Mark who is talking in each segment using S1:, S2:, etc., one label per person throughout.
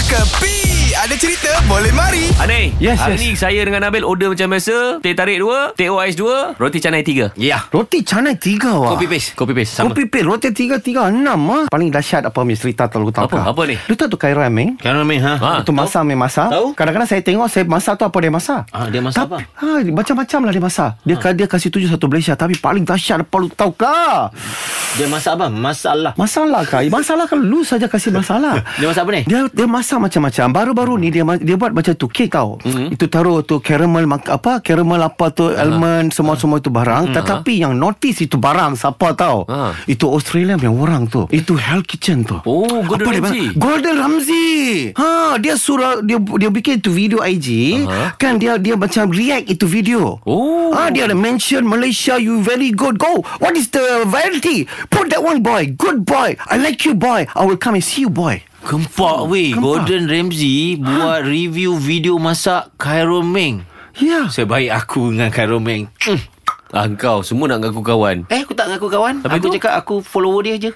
S1: Kepi Ada cerita boleh mari
S2: Aneh
S3: Yes,
S2: Hari
S3: yes.
S2: ni saya dengan Nabil Order macam biasa Teh tarik dua Teh ais dua Roti canai tiga
S4: Ya.
S3: Roti canai tiga wah.
S4: Kopi paste.
S2: Kopi paste sama
S3: Kopi paste roti tiga tiga enam ah. Paling dahsyat apa meh cerita telur taka.
S2: Apa? Apa ni?
S3: Lu tahu tu kairan meh?
S4: Kerana main ha.
S2: Ha.
S3: Ha, tu masa meh masa.
S4: Tahu?
S3: Kadang-kadang saya tengok saya masa tu apa dia masa.
S4: Ah, dia masak apa?
S3: Ha, macam-macam lah dia masa. Dia ha. dia kasih tujuh satu Malaysia tapi paling dahsyat apa lu tahu kah?
S4: Dia masak apa? Masalah.
S3: Masalah kah? Masalah kan lu saja kasih masalah.
S4: Dia masak apa ni?
S3: Dia dia masak macam-macam. Baru-baru ni dia ma- dia buat macam tu kek tau. Mm-hmm. Itu taruh tu caramel mak- apa caramel apa tu almond semua-semua itu barang tetapi yang notice itu barang siapa tau.
S2: Ah.
S3: Itu Australia punya orang tu. Itu Hell Kitchen tu.
S2: Oh, Gordon
S3: dia
S2: Ramsay.
S3: panggil? Gordon Ramsay. Ha, dia suruh dia dia bikin tu video IG
S2: Aha.
S3: kan dia dia macam react itu video.
S2: Oh.
S3: Ah dia ada mention Malaysia you very good go. What is the variety? Put that one boy. Good boy. I like you boy. I will come and see you boy.
S4: Gempak weh.
S3: Gempak.
S4: Gordon Ramsay
S3: Ah.
S4: buat review video masak Khairul Ming.
S3: Yeah.
S4: Sebaik aku dengan Khairul Ming. Mm.
S2: Ah, kau semua nak ngaku kawan
S4: Eh, aku tak ngaku kawan.
S2: Habis
S4: aku
S2: tu?
S4: cakap aku follower dia je.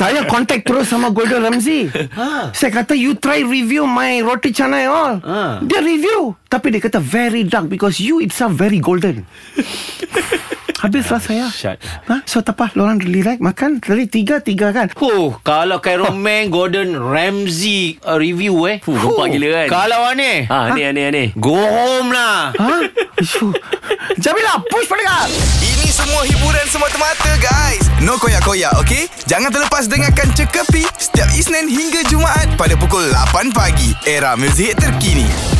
S3: Saya contact terus sama Gordon Ramsay.
S4: Ha.
S3: Saya kata you try review my roti canai all.
S4: Ha.
S3: Dia review. Tapi dia kata very dark because you itself very golden. Habislah saya.
S4: Syat.
S3: Ha? So tak apa, orang relax makan. Tadi tiga-tiga kan.
S4: Huh, kalau Khairul Ming, Gordon Ramsay uh, review eh.
S2: Fuh, gempak gila kan
S4: Kalau aneh.
S2: Ha, aneh, aneh, aneh
S4: Go home lah.
S3: Ha? Isu. Jamilah, push pendengar.
S1: Ini semua hiburan semata-mata guys No koyak-koyak ok Jangan terlepas dengarkan Cekapi Setiap Isnin hingga Jumaat Pada pukul 8 pagi Era muzik terkini